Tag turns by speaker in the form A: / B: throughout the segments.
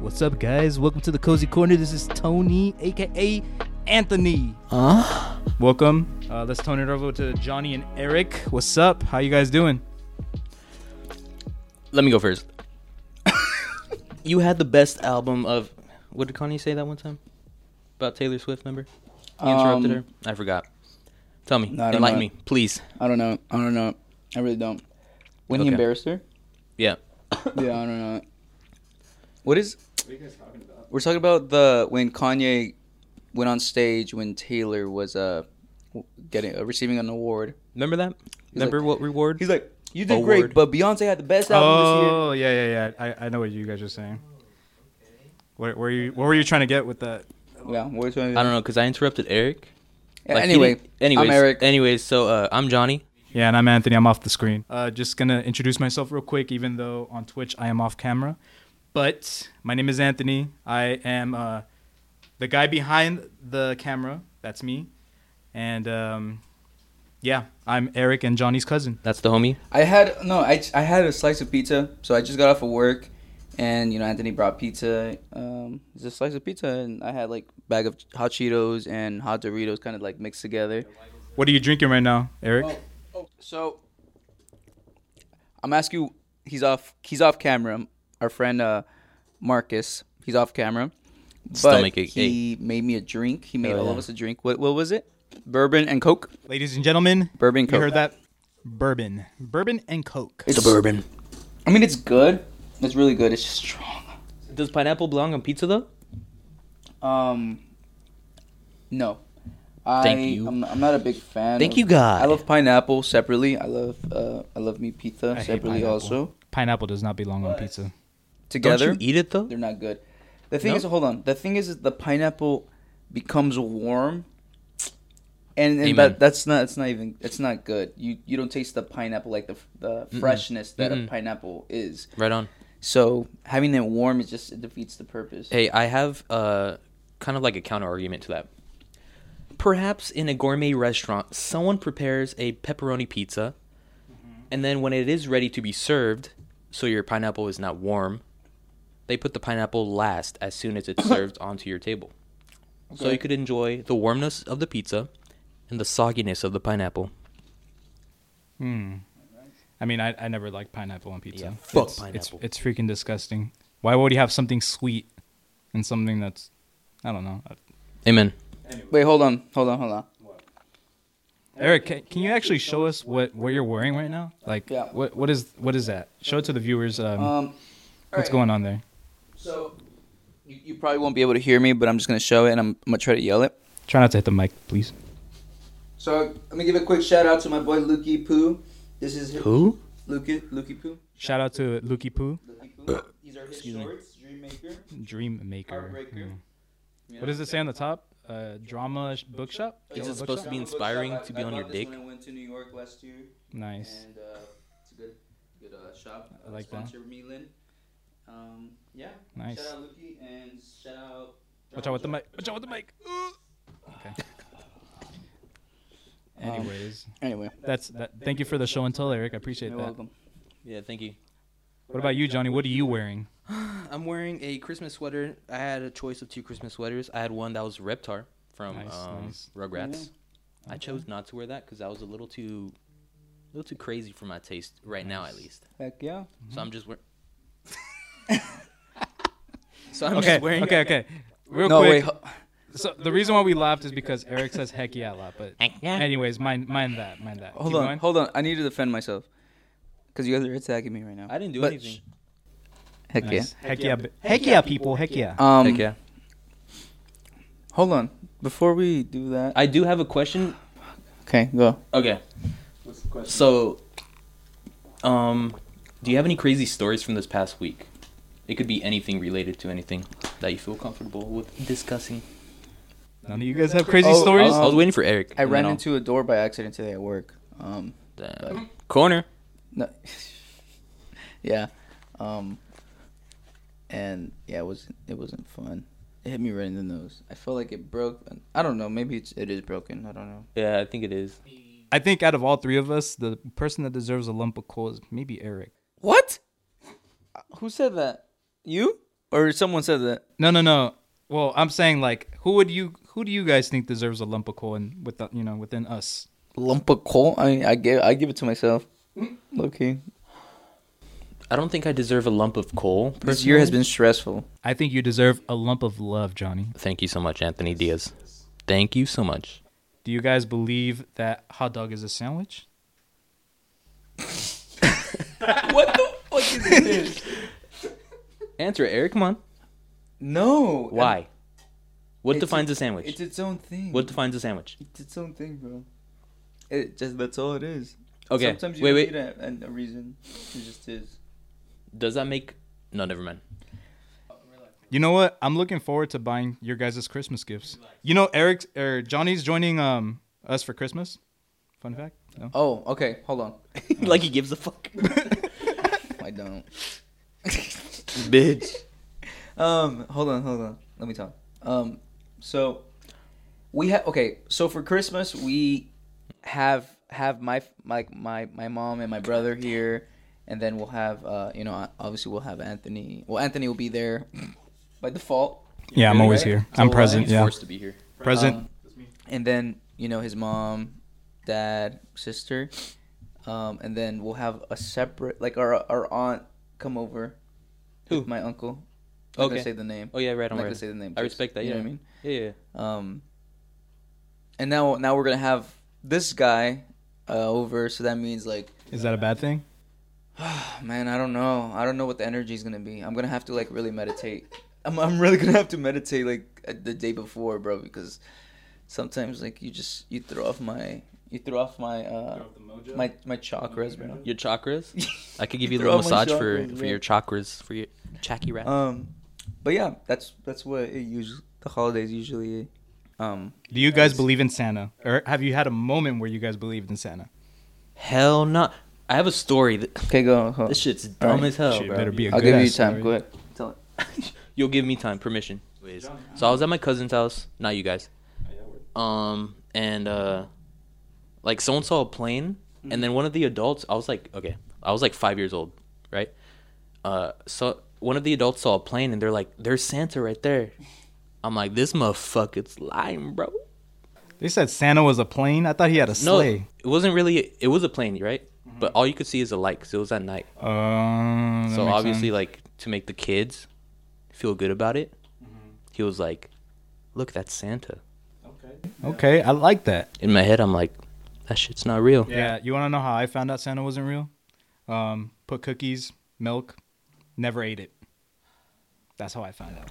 A: What's up, guys? Welcome to the Cozy Corner. This is Tony, aka Anthony.
B: Huh?
A: Welcome. Uh, let's turn it over to Johnny and Eric. What's up? How you guys doing?
B: Let me go first. you had the best album of. What did Connie say that one time about Taylor Swift? Remember? You interrupted
C: Um,
B: her. I forgot. Tell me.
C: No, I don't
B: Enlighten
C: know.
B: me, please.
C: I don't know. I don't know. I really don't. When he
B: Okay.
C: embarrassed her?
B: Yeah.
C: Yeah, I don't know.
B: What is?
C: We're talking about the when Kanye went on stage when Taylor was uh w- getting uh, receiving an award.
B: Remember that? remember what reward?
C: He's like, "You did
B: Award.
C: great, but Beyonce had the best album
A: Oh, yeah, yeah, yeah. I, I know what you guys are saying. What were you? What were you trying to get with that?
C: this year." Yeah, what was
B: Oh. I don't know because I interrupted Eric. Like, he
C: anyway,
B: didn't- anyways,
C: I'm Eric.
B: Anyways, so uh, I'm Johnny.
A: Yeah, and I'm Anthony. I'm off the screen. Uh, just gonna introduce myself real quick, even though on Twitch I am off camera. But my name is Anthony. I am uh, the guy behind the camera. That's me. And um, yeah, I'm Eric and Johnny's cousin.
B: That's the homie.
C: I had no. I, j- I had a slice of pizza, so I just got off of work, and you know Anthony brought pizza. Um, just a slice of pizza, and I had like bag of hot Cheetos and hot Doritos, kind of like mixed together.
A: What are you drinking right now, Eric?
C: Oh, oh, so I'm asking you. He's off. He's off camera. Our friend uh, Marcus. He's off camera. But
B: Stomach ache, eh?
C: he made me a drink. He made
B: Hell
C: all of
B: yeah.
C: us a drink. What what was it? Bourbon and Coke.
A: Ladies and gentlemen,
C: Bourbon and
A: you
C: Coke.
A: heard that? Bourbon, bourbon and Coke.
C: It's bourbon. I mean, it's good. It's really good. It's just strong.
B: Does pineapple belong on pizza though?
C: Um, no. I,
B: Thank you.
C: I'm, I'm not a big fan.
B: Thank
C: of-
B: you, God.
C: I love pineapple separately. I love uh, I love meat pizza
A: hate
C: separately
A: pineapple.
C: also.
A: Pineapple does not belong on pizza.
B: Don't
C: Together,
B: you eat it though?
C: they're not good. The thing
B: No?
C: is, hold on. The thing is, is the pineapple becomes warm, and, and
B: Amen.
C: that that's not it's not even it's not good. You you don't taste the pineapple like the the freshness that a
B: Mm-mm.
C: pineapple is.
B: Right on.
C: So having it warm is just it defeats the purpose.
B: Hey, I have uh, kind of like a counter argument to that. Perhaps in a gourmet restaurant, someone prepares a pepperoni pizza, and then when it is ready to be served, so your pineapple is not warm, they put the pineapple last as soon as it's served onto your table. So
C: Okay.
B: you could enjoy the warmness of the pizza and the sogginess of the pineapple.
A: Hmm. I mean, I, I never liked pineapple on pizza.
B: Yeah, fuck
A: it's,
B: pineapple.
A: It's, it's freaking disgusting. Why would you have something sweet and something that's, I don't know. Uh,
B: Amen.
C: Wait, hold on, hold on, hold on.
A: Eric, can, can you actually show us what, what you're wearing right now? Like,
C: Yeah.
A: what what is what is that? Show it to the viewers.
B: Mm.
A: Um,
B: Uh,
C: Um,
A: what's
C: alright.
A: going on there?
C: So you, you probably won't be able to hear me, but I'm just gonna show it and I'm, I'm gonna try to yell it.
A: Try not to hit the mic, please.
C: So let me give a quick shout out to my boy Lukey Poo. This is
B: Who?
C: Lukey Lukey Poo.
A: Shout out to Luki Poo,
C: Lukey
B: Uh,
C: Poo. These are his
B: Excuse me.
C: shorts, Dream Maker.
A: Dream Maker.
C: Heartbreaker.
A: Hmm. What does it say on the top? Uh, drama sh- bookshop.
B: Is
C: Oh,
A: Drama
B: it supposed to
A: bookshop?
B: be inspiring to be on your dick?
C: I went to New York last year,
A: Nice.
C: and uh, it's a good, good uh, shop.
A: I like that.
C: Sponsor Milan. Um, yeah.
A: Nice.
C: Shout out Lukey and shout out.
A: Watch out with the mic. Watch out with the mic. Okay. Anyways,
C: Anyway,
A: that's that. Thank you for the show and tell, Eric. I appreciate
C: you're
A: that.
C: welcome.
B: Yeah, thank you.
A: What about you, Johnny? What are you wearing?
B: I'm wearing a Christmas sweater. I had a choice of two Christmas sweaters. I had one that was Reptar from
A: Nice,
B: um,
A: nice.
B: Rugrats. I chose not to wear that because that was a little too, a little too crazy for my taste right now, at least.
C: Heck yeah.
A: Mm-hmm.
B: So I'm just wearing. so I'm
A: okay,
B: just wearing.
A: okay, okay. Real
C: no wait.
A: quick.
C: ho-
A: So the reason why we laughed is because Eric says heck yeah a lot, but
B: Heck yeah.
A: anyways, mind mind that, mind that.
C: Hold
A: Keep
C: on,
A: going.
C: hold on. I need to defend myself because you guys are attacking me right now.
B: I didn't do
C: But
B: anything.
C: Heck
A: Nice. Heck yeah, b- heck yeah, people, heck yeah.
C: yeah. Um,
B: Heck yeah.
C: Hold on. Before we do that,
B: I do have a question.
C: okay, go.
B: Okay.
C: What's the question?
B: So, um, do you have any crazy stories from this past week? It could be anything related to anything that you feel comfortable with discussing.
A: None of you guys have crazy
C: Oh,
A: stories.
C: uh,
B: I was waiting for Eric.
C: I
B: and
C: ran
B: then I'll-
C: into a door by accident today at work. Um,
B: Damn. corner.
C: no, yeah, um, and yeah, it wasn't it wasn't fun. It hit me right in the nose. I felt like it broke. I don't know. Maybe it's, it is broken. I don't know.
B: Yeah, I think it is.
A: I think out of all three of us, the person that deserves a lump of coal is maybe Eric.
C: What? Who said that? You or someone said that.
A: No, no, no. Well, I'm saying like, who would you, who do you guys think deserves a lump of coal and with the, you know, within us?
C: Lump of coal. I mean, I give I give it to myself. Okay.
B: I don't think I deserve a lump of coal.
C: This year has
B: personally.
C: been stressful.
A: I think you deserve a lump of love, Johnny.
B: Thank you so much, Anthony Diaz. Thank you so much.
A: Do you guys believe that hot dog is a sandwich?
C: what the fuck is this?
B: Answer, it, Eric. Come on.
C: No.
B: Why? What
C: It's
B: defines
C: a-
B: a sandwich?
C: It's its own thing.
B: what defines a sandwich?
C: It's its own thing, bro. It just that's all it is.
B: Okay.
C: Sometimes you
B: wait,
C: don't
B: wait.
C: need a, a, a reason. It just is.
B: Does that make? No, never mind.
A: You know what? I'm looking forward to buying your guys' Christmas gifts. You know, Eric or Johnny's joining um us for Christmas. Fun fact. No?
C: Oh, okay. Hold on.
B: like he gives a fuck.
C: I don't.
B: Bitch.
C: Um, hold on, hold on. Let me talk. Um, so we have okay. So for Christmas, we have have my like my, my mom and my brother here, and then we'll have uh you know obviously we'll have Anthony. Well, Anthony will be there by default.
A: Yeah, I'm
B: Really?
A: always here. I'm present.
B: He's
A: Yeah,
B: forced to be here.
A: present.
C: Um, and then you know his mom, dad, sister, um, and then we'll have a separate like our our aunt come over.
B: Who?
C: with my uncle? I'm not gonna
B: Okay.
C: say the name.
B: Oh yeah, right
C: I'm
B: on.
C: not gonna
B: Right.
C: say the name.
B: I
C: just-
B: respect that.
C: You
B: Yeah.
C: know what I mean?
B: Yeah. yeah.
C: Um, and now now we're gonna have this guy uh, over, so that means like,
A: Is that a bad thing?
C: man, I don't know, I don't know what the energy is gonna be. I'm gonna have to like really meditate. I'm I'm really gonna have to meditate like uh, the day before, bro, because sometimes like you just you throw off my you throw off my uh my my chakras, bro.
B: Your chakras. I could give
C: You
B: you a little
C: throw my
B: massage for
C: chakras,
B: for
C: yeah.
B: your chakras for your chacky rat.
C: Um, but yeah, that's that's what it usually the holidays usually. Um,
A: Do you guys believe in Santa, or have you had a moment where you guys believed in Santa?
B: Hell no. I have a story. That,
C: okay, go. Hold.
B: this shit's dumb
C: Alright.
B: as hell,
A: Shit,
B: bro.
A: better be a
C: I'll
A: good
C: give you
A: ass
C: time.
A: story.
C: Go ahead. Tell it.
B: You'll give me time, permission. So I was at my cousin's house, not you guys. Um, and uh, like someone saw a plane, and then one of the adults, I was like, okay, I was like five years old, right? Uh, so one of the adults saw a plane, and they're like, "There's Santa right there." I'm like, "This motherfucker's lying, bro."
A: They said Santa was a plane. I thought he had a
B: No,
A: sleigh.
B: it wasn't really. It was a plane, right?
A: Mm-hmm.
B: But all you could see is the light, 'cause it was at night.
A: Um, Oh, that
B: so
A: makes
B: obviously,
A: sense.
B: like to make the kids feel good about it,
A: Mm-hmm.
B: he was like, "Look, that's Santa."
A: okay, I like that.
B: in my head, I'm like, that shit's not real.
A: Yeah, you want to know how I found out Santa wasn't real? Um, put cookies, milk, never ate it. That's how I found out.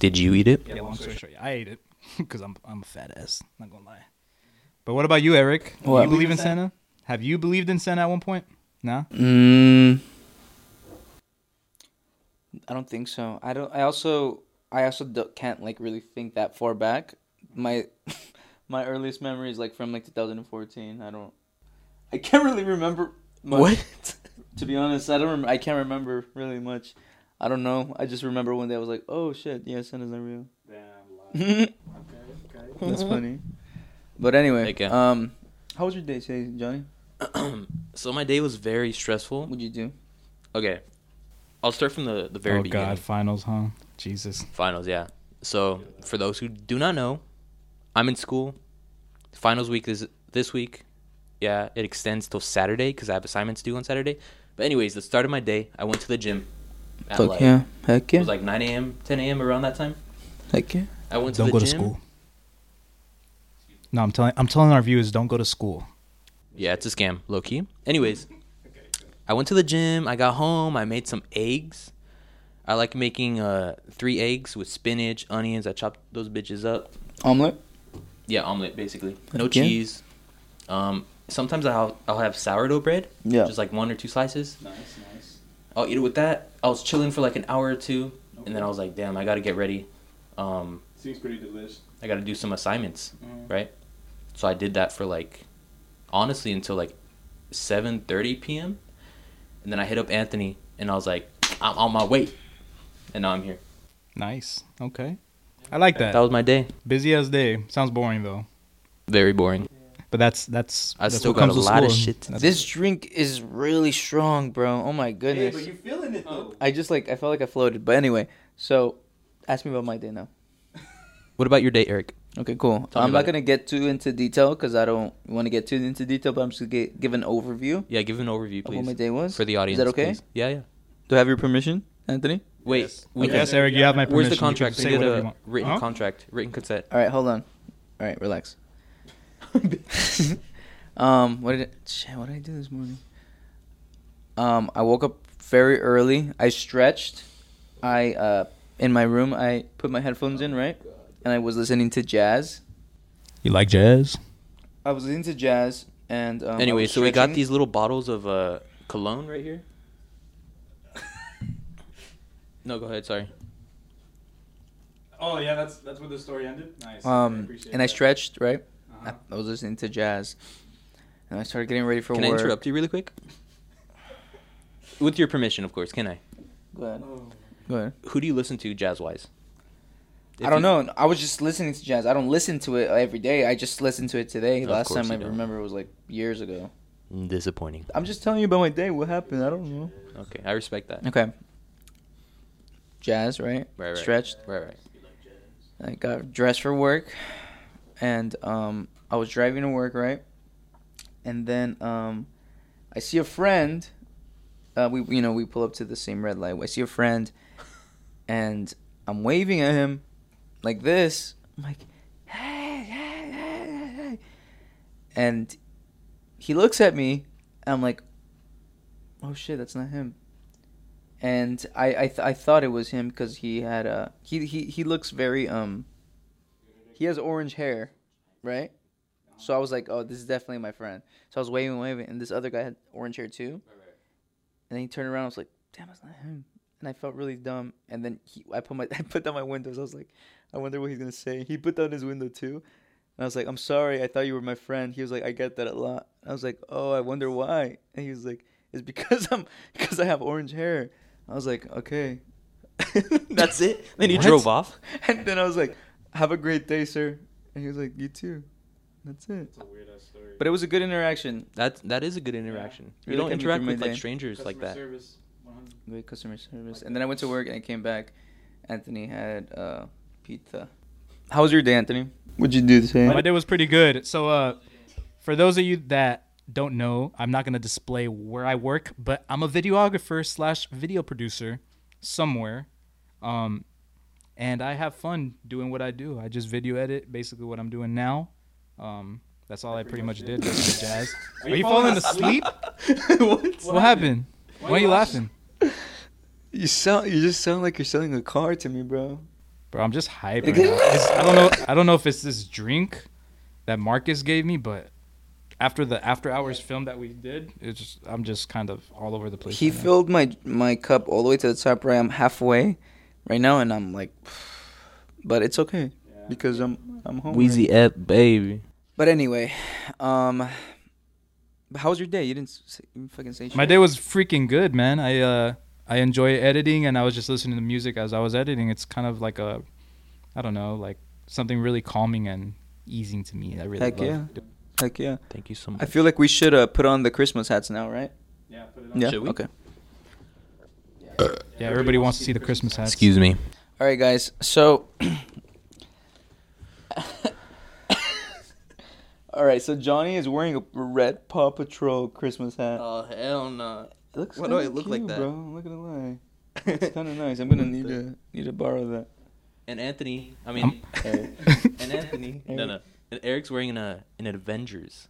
B: Did you eat it?
A: Yeah, long story short, I ate it because I'm I'm a fat ass. Not gonna lie. But what about you, Eric? Do
C: What?
A: you believe in Santa? Have you believed in Santa at one point? No.
C: Mm, I don't think so. I don't. I also. I also do, can't like really think that far back. My my earliest memory is like from like 2014. I don't. I can't really remember. Much.
B: What?
C: To be honest, I don't. Rem- I can't remember really much. I don't know. I just remember one day I was like, "Oh shit, yeah, Santa's not real." That's funny. But anyway,
B: Okay.
C: um, how was your day today, Johnny?
B: so my day was very stressful.
C: What'd you do?
B: Okay, I'll start from the the very
A: oh
B: beginning.
A: God, finals, huh? Jesus.
B: Finals, yeah. So for those who do not know, I'm in school. Finals week is this week. Yeah, it extends till Saturday because I have assignments due on Saturday. But anyways, the start of my day, I went to the gym. At like,
C: heck
B: It was like 9 a.m., 10 a.m. around that time.
C: heck yeah.
B: I went to
A: Don't
B: the
A: go
B: gym.
A: to school. No, I'm telling I'm telling our viewers, don't go to school.
B: Yeah, it's a scam, low key. Anyways, I went to the gym. I got home. I made some eggs. I like making uh three eggs with spinach, onions. I chopped those bitches up.
C: Omelet.
B: Yeah, omelet basically. No
C: Okay.
B: cheese. Um, sometimes I'll I'll have sourdough bread.
C: Yeah.
B: Just like one or two slices.
A: Nice, nice.
B: I'll eat it with that. I was chilling for like an hour or two, and then I was like, damn, I gotta get ready. Um,
A: Seems pretty delicious.
B: I got to do some assignments, right? So I did that for like, honestly, until like 7:30 p.m. And then I hit up Anthony, and I was like, I'm on my way, and now I'm here.
A: Nice. Okay. I like
B: That
A: that.
B: was my day.
A: Busy as day. Sounds boring though.
B: Very boring.
A: But that's that's
B: I
A: that's
B: still
A: what
B: got
A: comes
B: a
A: with
B: lot of
A: school.
B: shit to
A: That's-
C: This drink is really strong, bro. Oh my goodness.
A: feeling it though.
C: I just like I felt like I floated. But anyway, so ask me about my day now.
B: What about your day, Eric?
C: Okay, cool.
B: Tell me
C: I'm not
B: about it.
C: gonna get too into detail because I don't want to get too into detail. But I'm just gonna get, give an overview
B: Yeah, give an overview,
C: of what my
B: please,
C: day was
B: for the audience.
C: Is that okay?
B: please. Yeah, yeah.
C: Do I have your permission, Anthony?
B: Wait,
A: Yes.
B: we
A: Okay.
B: can-
A: Yes, Eric, you have my permission.
B: Where's the
A: You can
B: contract?
A: say
B: We did
A: whatever you
B: a
A: want.
B: written
A: Huh?
B: contract, written consent.
C: All right, hold on. All right, relax. um, what did I, shit, what did I do this morning? Um, I woke up very early. I stretched. I uh in my room. I put my headphones in right, and I was listening to jazz.
A: You like jazz?
C: I was listening to jazz and um, I
B: anyway,
C: was
B: so we got
C: stretching.
B: these little bottles of uh, cologne right here. no, go ahead. Sorry.
A: Oh yeah, that's that's where the story ended. Nice.
C: Um, and I stretched right.
A: Uh-huh.
C: I, I was listening to jazz, and I started getting ready for
B: Can I
C: work.
B: interrupt you really quick? With your permission, of course. Can I?
C: Go ahead. Go ahead.
B: Who do you listen to jazz wise?
C: I don't know. I was just listening to jazz. I don't listen to it every day. I just listened to it today.
B: Of
C: Last
B: course
C: time
B: you
C: I
B: don't.
C: remember was like years ago.
B: Disappointing.
C: I'm just telling you about my day. What happened? I don't know.
B: Okay, I respect that.
C: Okay. Jazz, right?
B: Right, right.
C: Stretched.
B: Right, right.
C: I got dressed for work, and um, I was driving to work, right? And then um, I see a friend. Uh, we you know we pull up to the same red light. I see a friend, and I'm waving at him, like this. I'm like, hey, hey, hey, hey, hey. and he looks at me. And I'm like, oh shit, that's not him. And I I, th- I thought it was him because he had uh he, he he looks very um he has orange hair, right? So I was like, oh, this is definitely my friend. So I was waving, waving, and this other guy had orange hair too. And then he turned around. I was like, damn, that's not him. And I felt really dumb. And then he, I put my I put down my windows. I was like, I wonder what he's gonna say. He put down his window too. And I was like, I'm sorry. I thought you were my friend. He was like, I get that a lot. I was like, oh, I wonder why. And he was like, it's because I'm because I have orange hair. I was like, okay.
B: That's it. Then he
A: What?
B: drove off.
C: And then I was like, have a great day, sir. And he was like, you too. That's it.
A: That's a weird ass story.
C: But it was a good interaction.
B: That that is a good interaction.
C: Really
B: You don't
C: kept me
B: interact
C: through my
B: with like
C: day.
B: strangers like that.
A: Service,
C: Great customer service. And then I went to work and I came back. Anthony had uh, pizza. How was your day, Anthony? What'd you do today?
A: My day was pretty good. So, uh, for those of you that don't know, I'm not gonna display where I work, but I'm a videographer slash video producer somewhere, um, and I have fun doing what I do. I just video edit, basically what I'm doing now. Um, that's all I pretty much did. Just the jazz. Are you falling asleep? What happened? Why are you laughing?
C: You sound. You just sound like you're selling a car to me, bro.
A: Bro, I'm just hyped. right now. It's- I don't know. I don't know if it's this drink that Marcus gave me, but after the after hours film that we did, it's just, I'm just kind of all over the place.
C: He
A: right now.
C: filled my my cup all the way to the top right. I'm halfway right now, and I'm like, but it's okay because I'm I'm home. right?
B: F, baby.
C: But anyway, um, but how was your day? You didn't s- say, you fucking say shit.
A: My day was freaking good, man. I uh I enjoy editing, and I was just listening to music as I was editing. It's kind of like a, I don't know, like something really calming and easing to me. I really
C: Heck
A: love.
C: yeah. Like yeah,
B: Thank you so much.
C: I feel like we should uh, put on the Christmas hats now, right?
A: Yeah, put it
C: Yeah.
B: Should we?
C: Okay.
A: Yeah, everybody wants to see the Christmas hats.
B: Excuse me.
C: All right, guys. So, all right. So Johnny is wearing a red Paw Patrol Christmas hat.
B: Oh hell no.
C: it looks
B: why do I
C: kinda
B: look like
C: cute,
B: that?
C: bro? I'm not gonna lie. It's kind of nice. I'm gonna need to need to borrow that.
B: and Anthony, I mean,
C: Um,
A: I'm-
B: and Anthony, no, no, and Eric's wearing an uh, an Avengers,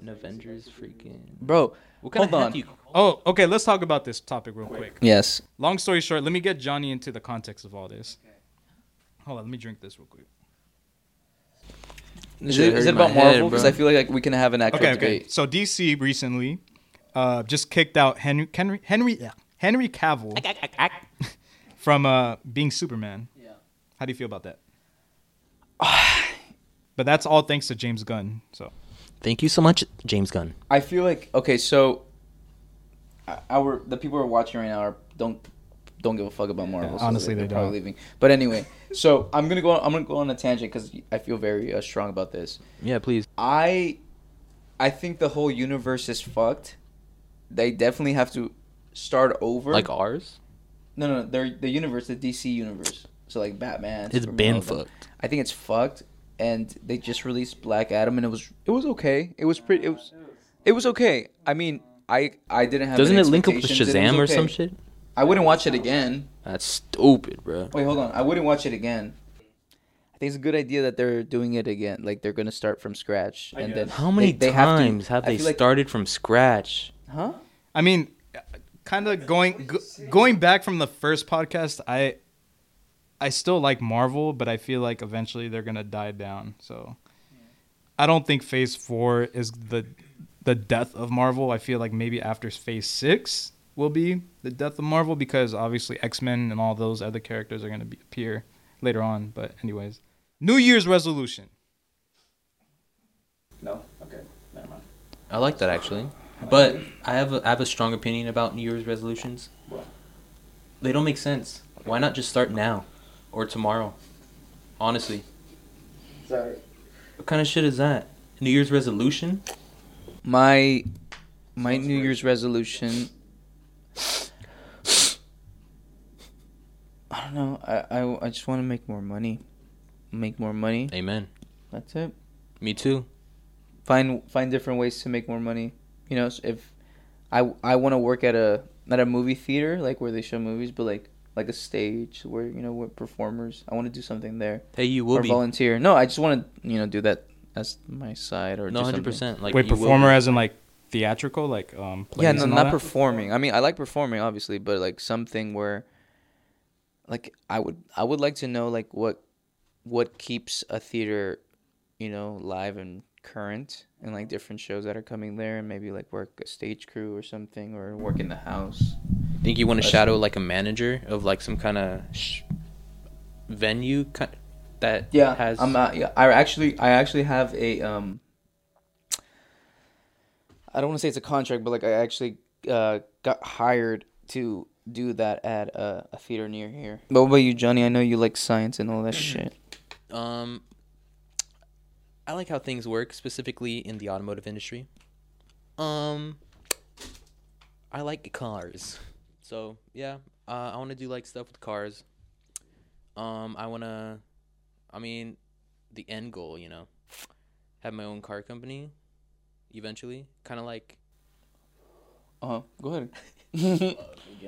B: an Avengers freaking.
C: Bro,
B: What kind
C: Hold
B: of
C: on.
B: hat do you?
A: oh, okay. Let's talk about this topic real quick.
C: yes.
A: Long story short, let me get Johnny into the context of all this. Hold on, let me drink this real quick.
C: Is it, is it about Marvel? Because I feel like, like we can have an actual
A: Okay, okay.
C: debate.
A: So DC recently uh, just kicked out Henry Henry Henry yeah, Henry Cavill from uh, being Superman. Yeah. How do you feel about that? but that's all thanks to James Gunn. So
B: Thank you so much, James Gunn.
C: I feel like okay. So, uh, our the people who are watching right now are, don't don't give a fuck about Marvel.
A: Yeah,
C: so
A: honestly,
C: they're
A: they
C: probably
A: don't.
C: leaving. But anyway, so I'm gonna go. On, I'm gonna go on a tangent because I feel very uh, strong about this.
B: Yeah, please.
C: I, I think the whole universe is fucked. They definitely have to start over.
B: Like ours?
C: no, no, no, their the universe, the DC universe. So like Batman.
B: It's
C: Superman,
B: been
C: all them.
B: fucked.
C: I think it's fucked, and they just released Black Adam, and it was it was okay. It was pretty. It was it was okay. I mean, I I didn't have.
B: Doesn't
C: any
B: it link up with
C: expectations, and it
B: Shazam or
C: was
B: some
C: okay.
B: shit?
C: I wouldn't watch it again.
B: That's stupid, bro.
C: Wait, hold on. I wouldn't watch it again. I think it's a good idea that they're doing it again. Like they're gonna start from scratch,
A: I
C: and
A: guess.
C: then
B: How many
C: they, they
B: times have,
C: have, to, I
B: they
C: feel like-
B: started from scratch?
C: Huh?
A: I mean, kind of going g- going back from the first podcast, I I still like Marvel, but I feel like eventually they're gonna die down. So I don't think Phase Four is the the death of Marvel. I feel like maybe after Phase Six will be the death of Marvel because obviously X Men and all those other characters are gonna be, appear later on. But anyways, New Year's resolution.
C: No. Okay. Never mind.
B: I like that actually, but I have a, I have a strong opinion about New Year's resolutions.
C: What?
B: They don't make sense. Why not just start now, or tomorrow? Honestly,
C: Sorry.
B: what kind of shit is that? New Year's resolution?
C: My my New Year's resolution. I don't know. I I, I just want to make more money. Make more money.
B: Amen.
C: That's it.
B: Me too.
C: Find find different ways to make more money. You know, s- if I I want to work at a at a movie theater like where they show movies, but like like a stage where you know where performers. I want to do something there
B: Hey, you will
C: or
B: be.
C: volunteer. No, I just want to you know do that as my side or
B: No, hundred
C: do something.
B: percent. Like
A: Wait,
B: you will
A: performer
B: be.
A: as in like theatrical, like um.
C: yeah,
A: plays
C: no,
A: and all
C: not
A: that?
C: performing. I mean, I like performing, obviously, but like something where, like, I would, I would like to know, like, what, what keeps a theater, you know, live and current, and like different shows that are coming there, and maybe like work a stage crew or something, or work in the house.
B: Think you want to
C: That's-
B: shadow like a manager of like some kind of sh- venue kind that
C: Yeah,
B: has
C: I'm not. Yeah, I actually, I actually have a um. I don't want to say it's a contract, but like I actually uh, got hired to do that at a, a theater near here. Mm-hmm. But what about you, Johnny? I know you like science and all that shit.
B: Um, I like how things work, specifically in the automotive industry. Um, I like cars, so yeah, uh, I want to do like stuff with cars. Um, I want to, I mean, the end goal, you know, have my own car company, eventually, kind of like
C: Uh huh. Go ahead.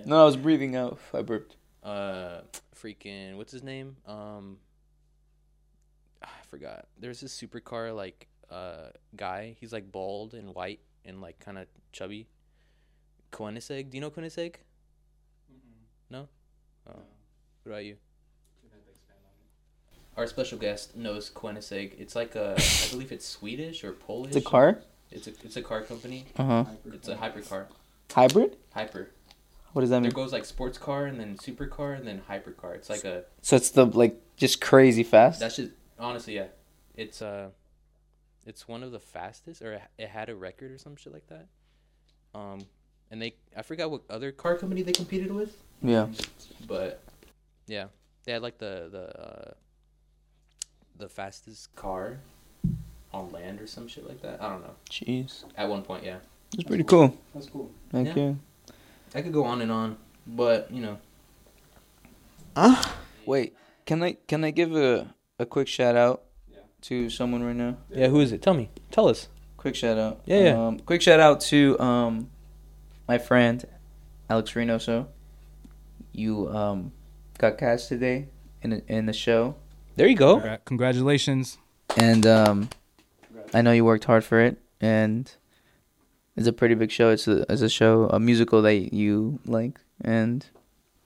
C: no, I was breathing out. I burped.
B: uh, freaking what's his name? Um, ah, I forgot. There's this supercar like uh guy. He's like bald and white and like kind of chubby. Koenigsegg. Do you know Koenigsegg? Mm-hmm. No. Oh. What about you? Our special guest knows Koenigsegg. It's like a, I believe it's Swedish or Polish.
C: It's a car.
B: It's a it's a car company.
C: Uh huh.
B: It's a hypercar.
C: Hybrid.
B: Hyper.
C: What does that
B: There
C: mean?
B: goes like sports car and then supercar and then hypercar. It's like a
C: So it's the like just crazy fast.
B: That should honestly, yeah. It's uh, it's one of the fastest, or it- it had a record or some shit like that. Um, and they, I forgot what other car company they competed with,
C: yeah.
B: but yeah, they had like the the uh, the fastest car on land or some shit like that. I don't know.
C: Jeez.
B: At one point, yeah.
C: That's pretty cool.
A: That's cool.
C: Thank
B: Yeah.
C: you.
B: I could go on and on, but you know,
C: Wait, can I can I give a a quick shout out
A: Yeah.
C: to someone right now?
B: yeah. Who is it? Tell me. Tell us.
C: Quick shout out.
B: Yeah, yeah.
C: Um, quick shout out to um my friend Alex Reynoso. You um got cast today in the, in the show,
B: There you go.
A: Congratulations.
C: and um I know you worked hard for it, and it's a pretty big show. It's a it's a show a musical that you like, and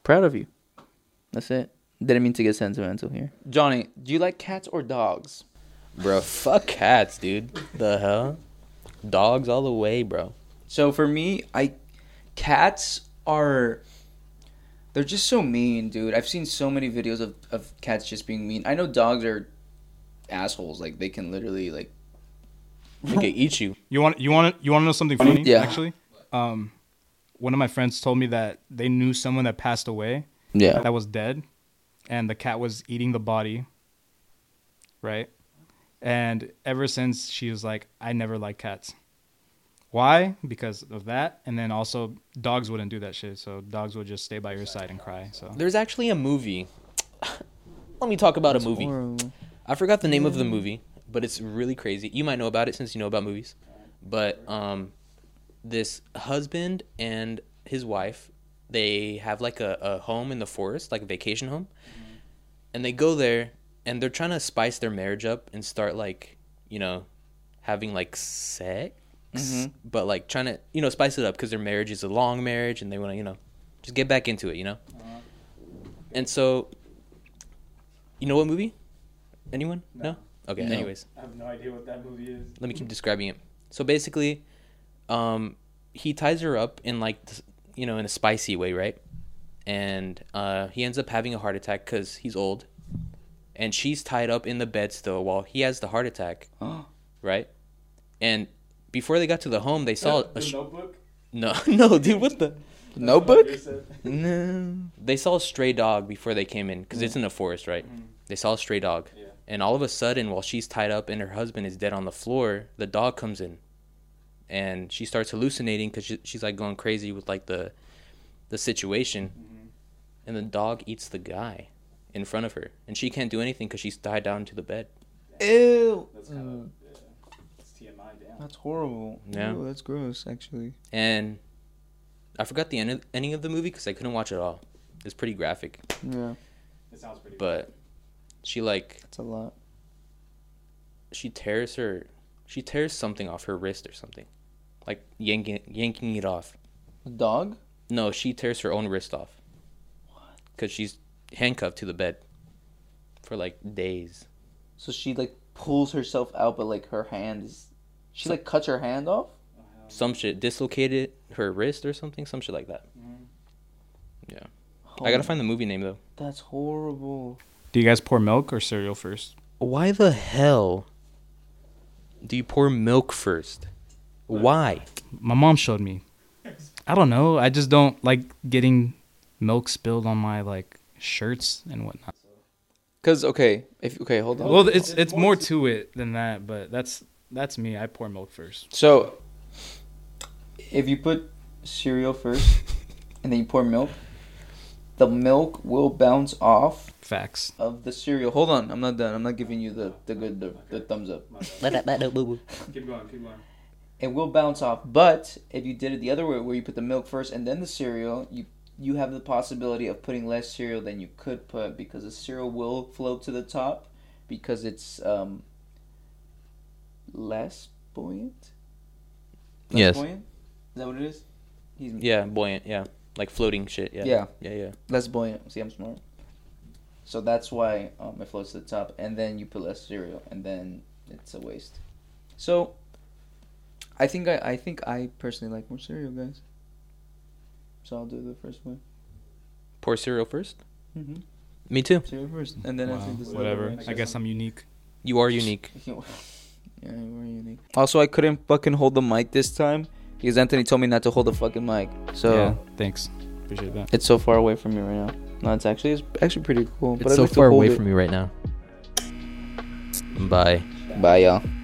C: proud of you. That's it. Didn't mean to get sentimental here. Johnny, do you like cats or dogs?
B: Bro, fuck cats, dude. The hell? Dogs all the way, bro.
C: So for me, I cats are they're just so mean, dude. I've seen so many videos of, of cats just being mean. I know dogs are assholes, like they can literally like
B: They could eat you.
A: You want you want you want to know something funny?
C: Yeah.
A: Actually, um, one of my friends told me that they knew someone that passed away,
C: Yeah.
A: that was dead, and the cat was eating the body. Right, and ever since she was like, I never liked cats. Why? Because of that, and then also dogs wouldn't do that shit. So dogs would just stay by your side and cry. So
B: There's actually a movie. Let me talk about a movie. I forgot the name of the movie, but it's really crazy. You might know about it since you know about movies. But um, this husband and his wife, they have like a, a home in the forest, like a vacation home. And they go there and they're trying to spice their marriage up and start like, you know, having like sex, but like trying to, you know, spice it up because their marriage is a long marriage and they want to, you know, just get back into it, you know? And so, you know what movie? Anyone? No. Okay.
C: No.
B: Anyways,
A: I have no idea what that movie is.
B: let me keep describing it. So basically, um, he ties her up in like th- you know in a spicy way, right? And uh, he ends up having a heart attack because he's old, and she's tied up in the bed still while he has the heart attack, right? And before they got to the home, they saw a sh-
A: Notebook.
B: no, no, dude, what the?
C: Notebook?
B: No. They saw a stray dog before they came in because it's in the forest, right? They saw a stray dog.
A: Yeah.
B: And all of a sudden, while she's tied up and her husband is dead on the floor, the dog comes in and she starts hallucinating because she, she's like going crazy with like the the situation.
A: Mm-hmm.
B: And the dog eats the guy in front of her. And she can't do anything because she's tied down to the bed.
C: Ew.
A: That's kind of yeah. It's TMI, damn.
C: That's horrible.
B: Mm. Yeah.
C: Ew, that's gross, actually.
B: And I forgot the end of, ending of the movie because I couldn't watch it all. It's pretty graphic.
C: Yeah,
A: It sounds pretty.
B: But she like
C: that's a lot.
B: she tears her she tears something off her wrist or something like yanking yanking it off
C: A dog?
B: no she tears her own wrist off because she's handcuffed to the bed for like days
C: So she like pulls herself out, but like her hand is. She like cuts her hand off.
B: some shit dislocated her wrist or something some shit like that yeah i gotta
C: Oh,
B: find the movie name though
C: That's horrible.
A: Do you guys pour milk or cereal first?
B: why the hell do you pour milk first why
A: My mom showed me. I don't know. I just don't like getting milk spilled on my like shirts and whatnot.
C: Cause okay, if okay, hold on.
A: Well, it's it's more to it than that, but that's that's me. I pour milk first.
C: So, if you put cereal first, and then you pour milk, the milk will bounce off
A: Facts.
C: of the cereal. Hold on, I'm not done. I'm not giving you the the good the, the thumbs up.
A: Keep going. Keep going.
C: It will bounce off, but if you did it the other way, where you put the milk first and then the cereal, you you have the possibility of putting less cereal than you could put because the cereal will float to the top because it's um less buoyant. Less
B: Yes.
C: Buoyant? Is that what it is? He's
B: yeah buoyant yeah like floating shit yeah
C: Yeah.
B: yeah yeah
C: less buoyant. See, I'm smart. So that's why um, it floats to the top, and then you put less cereal, and then it's a waste. So, I think I, I think I personally like more cereal, guys. So I'll do the first one.
B: pour cereal first
C: Mm-hmm.
B: me too
C: Cereal first, and then I
A: Wow,
C: think this
A: whatever. I guess I'm unique.
B: you are unique
C: yeah, we're unique. Also, I couldn't fucking hold the mic this time because Anthony told me not to hold the fucking mic. So
A: yeah. Thanks. Appreciate that.
C: it's so far away from me right now. No, it's actually it's actually pretty cool.
B: It's so far away from me right now. Bye.
C: Bye, y'all.